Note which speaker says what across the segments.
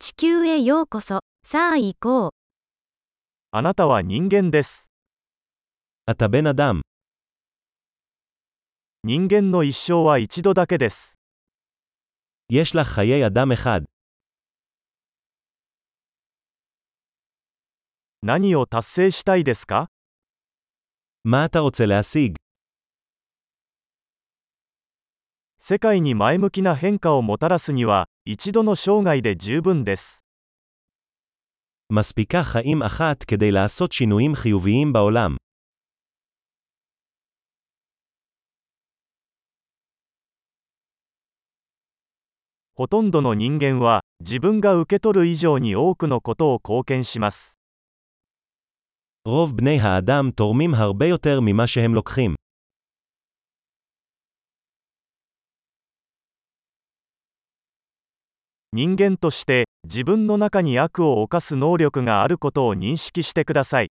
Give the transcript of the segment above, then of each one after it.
Speaker 1: 球へようこそ。さあ行こう。
Speaker 2: あなたは人間です。
Speaker 3: אתה בן אדם.
Speaker 2: 人間の一生は一度だけです。
Speaker 3: יש לך חיי אדם אחד.
Speaker 2: 何を達成したいですか
Speaker 3: מה אתה רוצה להשיג?
Speaker 2: 世界に前向きな変化をもたらすには、一度の生涯で十分です。
Speaker 3: מספיקה חיים אחת כדי לעשות שינויים חיוביים בעולם.
Speaker 2: ほとんどの人間は、自分が受け取る以上に多くのことを貢献します。
Speaker 3: רוב בני האדם תורמים הרבה יותר ממה שהם לוקחים.
Speaker 2: 人間として、自分の中に悪を犯す能力があることを認識してください。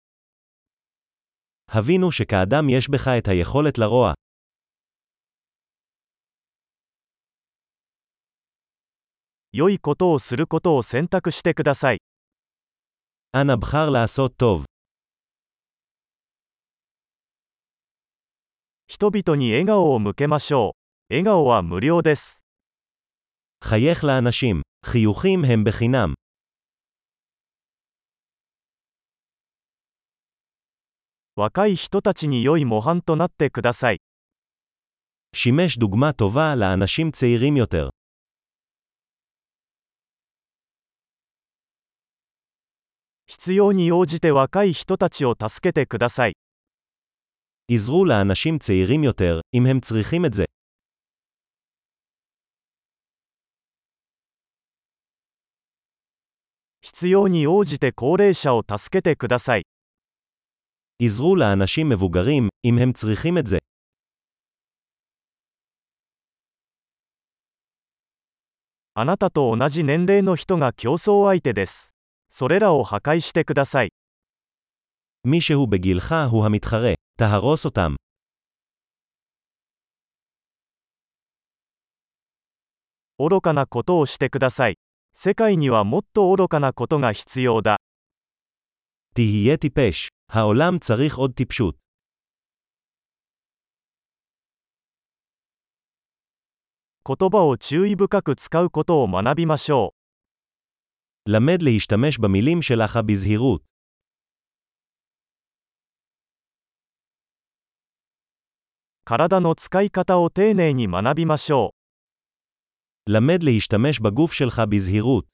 Speaker 3: הבינו שכאדם יש בך את היכולת לרוע.
Speaker 2: 良いことをすることを選択してください。
Speaker 3: אנא בחר לעשות טוב.
Speaker 2: 人々に笑顔を向けましょう。笑顔は無料です。
Speaker 3: חייך לאנשים. חיוכים הם בחינם.
Speaker 2: 若い人たちに良い模範となってください。
Speaker 3: שימש דוגמה טובה לאנשים צעירים יותר.
Speaker 2: 必要に応じて若い人たちを助けてください。
Speaker 3: עזרו לאנשים צעירים יותר, אם הם צריכים את זה.
Speaker 2: 必要に応じて高齢者を助けてください。
Speaker 3: עזרו לאנשים מבוגרים, אם הם צריכים את זה.
Speaker 2: あなたと同じ年齢の人が競争相手です。それらを破壊してください。
Speaker 3: מישהו בגילך הוא המתחרה, תהרוס אותם.
Speaker 2: 愚かなことをしてください。世界にはもっと愚かなことが必要だ。
Speaker 3: תהיה טיפש. העולם צריך עוד טיפשות.
Speaker 2: 言葉を注意深く使うことを学びましょう。
Speaker 3: למד להשתמש במילים שלך בזהירות.
Speaker 2: 体の使い方を丁寧に学びましょう。
Speaker 3: למד להשתמש בגוף שלך בזהירות.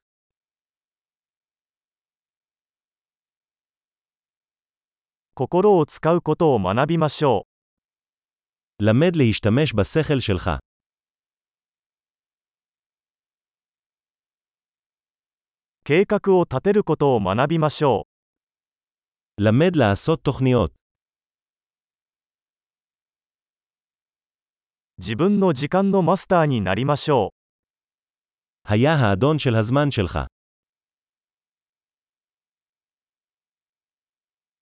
Speaker 2: 心を使うことを学びましょう。
Speaker 3: למד להשתמש בשכל שלך.
Speaker 2: 計画を立てることを学びましょう。
Speaker 3: למד לעשות תוכניות.
Speaker 2: 自分の時間のマスターになりましょう。
Speaker 3: היה האדון של הזמן שלך.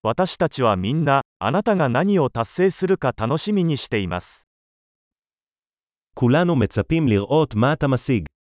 Speaker 2: 私たちはみんな、あなたが何を達成するか楽しみにしています。
Speaker 3: כולנו מצפים לראות מה אתה משיג.